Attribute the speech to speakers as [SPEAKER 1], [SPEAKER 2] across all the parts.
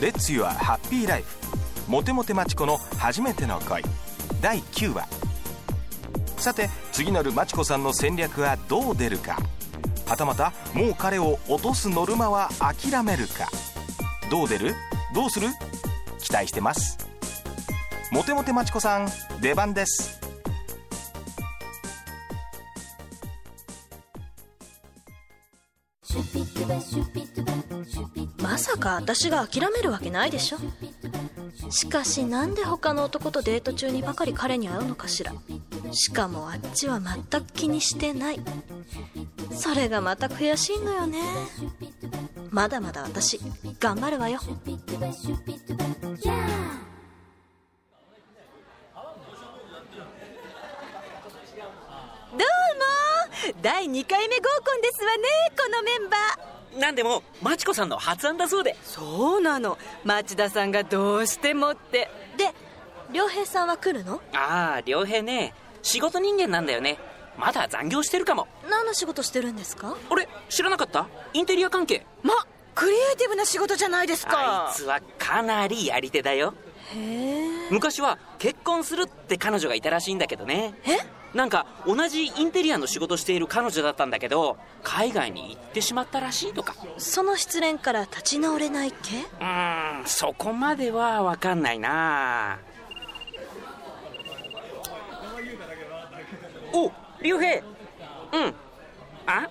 [SPEAKER 1] Let's Your Happy Life モテモテマチコの初めての恋第9話さて次なるマチコさんの戦略はどう出るかはたまたもう彼を落とすノルマは諦めるかどう出るどうする期待してますモテモテマチコさん出番です
[SPEAKER 2] まさか私が諦めるわけないでしょしかしなんで他の男とデート中にばかり彼に会うのかしらしかもあっちは全く気にしてないそれがまた悔しいのよねまだまだ私頑張るわよ
[SPEAKER 3] どうも第2回目合コンですわねこのメンバー
[SPEAKER 4] なんでもマチコさんの発案だそうで
[SPEAKER 3] そうなの町田さんがどうしてもって
[SPEAKER 2] で良平さんは来るの
[SPEAKER 4] ああ良平ね仕事人間なんだよねまだ残業してるかも
[SPEAKER 2] 何の仕事してるんですか
[SPEAKER 4] あれ知らなかったインテリア関係
[SPEAKER 3] まクリエイティブな仕事じゃないです
[SPEAKER 4] あいつはかなりやり手だよ
[SPEAKER 2] へえ
[SPEAKER 4] 昔は結婚するって彼女がいたらしいんだけどねえなんか同じインテリアの仕事している彼女だったんだけど海外に行ってしまったらしいとか
[SPEAKER 2] その失恋から立ち直れない系
[SPEAKER 4] うーんそこまでは分かんないなお竜兵うんあ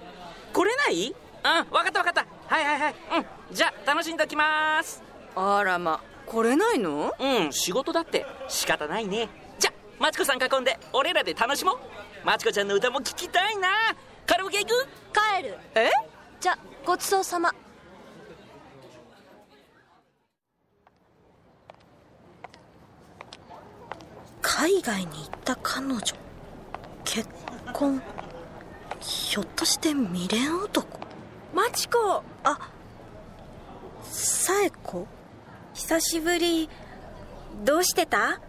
[SPEAKER 4] 来れないあ分かった分かったはいはいはいうんじゃあ楽しんでおきます
[SPEAKER 3] あらま来れないの
[SPEAKER 4] うん仕事だって仕方ないねじゃあマチコさん囲んで俺らで楽しもうマチコちゃんの歌も聴きたいなカラオケ行く
[SPEAKER 2] 帰る
[SPEAKER 3] え
[SPEAKER 2] じゃごちそうさま海外に行った彼女結婚ひょっとして未練男
[SPEAKER 3] マチコ
[SPEAKER 2] あさえ子
[SPEAKER 3] 久しぶりどうしてた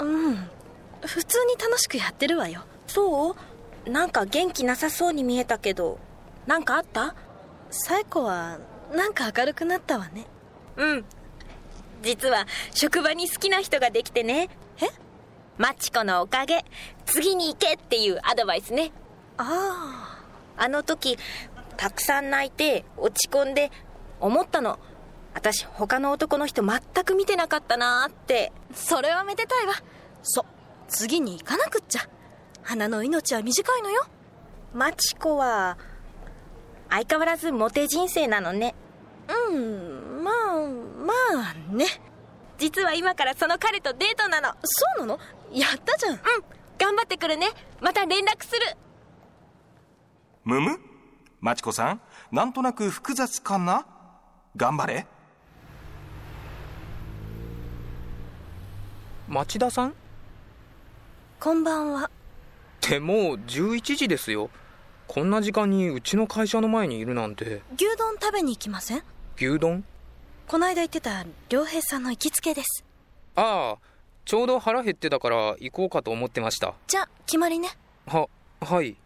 [SPEAKER 2] うん普通に楽しくやってるわよ
[SPEAKER 3] そうなんか元気なさそうに見えたけどなんかあった
[SPEAKER 2] さえ子はなんか明るくなったわね
[SPEAKER 3] うん実は職場に好きな人ができてね
[SPEAKER 2] え
[SPEAKER 3] マチコのおかげ次に行けっていうアドバイスね
[SPEAKER 2] ああ
[SPEAKER 3] あの時たくさん泣いて落ち込んで思ったの私他の男の人全く見てなかったなーって
[SPEAKER 2] それはめでたいわそう次に行かなくっちゃ花の命は短いのよ
[SPEAKER 3] マチコは相変わらずモテ人生なのね
[SPEAKER 2] うんまあまあね
[SPEAKER 3] 実は今からその彼とデートなの
[SPEAKER 2] そうなのやったじゃん
[SPEAKER 3] うん頑張ってくるねまた連絡する
[SPEAKER 1] むむマチコさんなんとなく複雑かな頑張れ
[SPEAKER 5] 町田さんっ
[SPEAKER 2] こんばんは
[SPEAKER 5] てもう11時ですよこんな時間にうちの会社の前にいるなんて
[SPEAKER 2] 牛丼食べに行きません
[SPEAKER 5] 牛丼
[SPEAKER 2] こないだ言ってた良平さんの行きつけです
[SPEAKER 5] ああちょうど腹減ってたから行こうかと思ってました
[SPEAKER 2] じゃ決まりね
[SPEAKER 5] ははい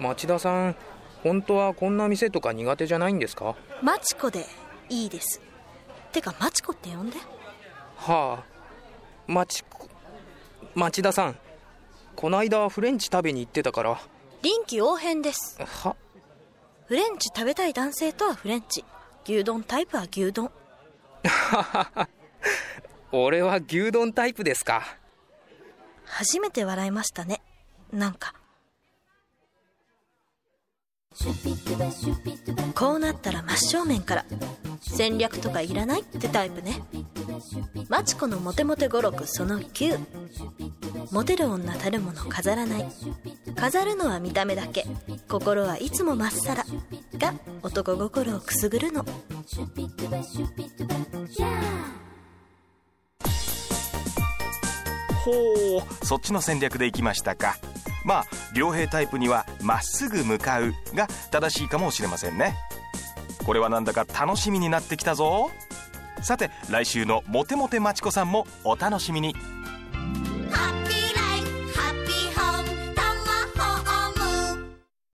[SPEAKER 5] 町田さん本当はこんな店とか苦手じゃないんですか
[SPEAKER 2] マチコでいいですてかマチコって呼んで
[SPEAKER 5] はあ町子町田さんこないだフレンチ食べに行ってたから
[SPEAKER 2] 臨機応変です
[SPEAKER 5] は
[SPEAKER 2] フレンチ食べたい男性とはフレンチ牛丼タイプは牛丼
[SPEAKER 5] 俺は牛丼タイプですか
[SPEAKER 2] 初めて笑いましたねなんかこうなったら真正面から戦略とかいらないってタイプねマチコのモテモテ語録その9モテる女たるもの飾らない飾るのは見た目だけ心はいつもまっさらが男心をくすぐるの
[SPEAKER 1] ほうそっちの戦略でいきましたかまあ両兵タイプには「まっすぐ向かう」が正しいかもしれませんねこれはなんだか楽しみになってきたぞさて来週のモテモテまちこさんもお楽しみに